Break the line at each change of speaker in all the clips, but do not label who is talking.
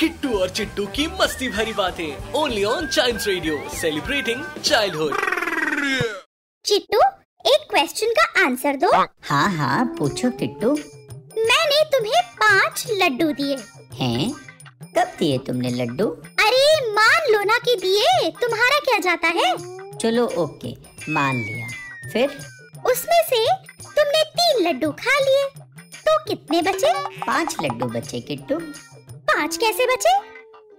किट्टू और चिट्टू की मस्ती भरी बातें only on child radio celebrating childhood
Chittu एक क्वेश्चन का आंसर दो
हाँ हाँ पूछो किट्टू
मैंने तुम्हें पाँच लड्डू दिए
हैं कब दिए तुमने लड्डू
अरे मान लो ना कि दिए तुम्हारा क्या जाता है
चलो ओके मान लिया फिर
उसमें से तुमने तीन लड्डू खा लिए तो कितने बचे
पांच लड्डू बचे किट्टू
पाँच कैसे बचे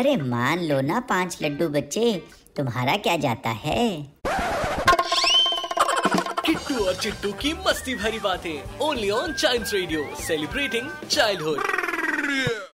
अरे मान लो ना पांच लड्डू बचे तुम्हारा क्या जाता है
किट्टू और चिट्टू की मस्ती भरी बातें only on child radio celebrating childhood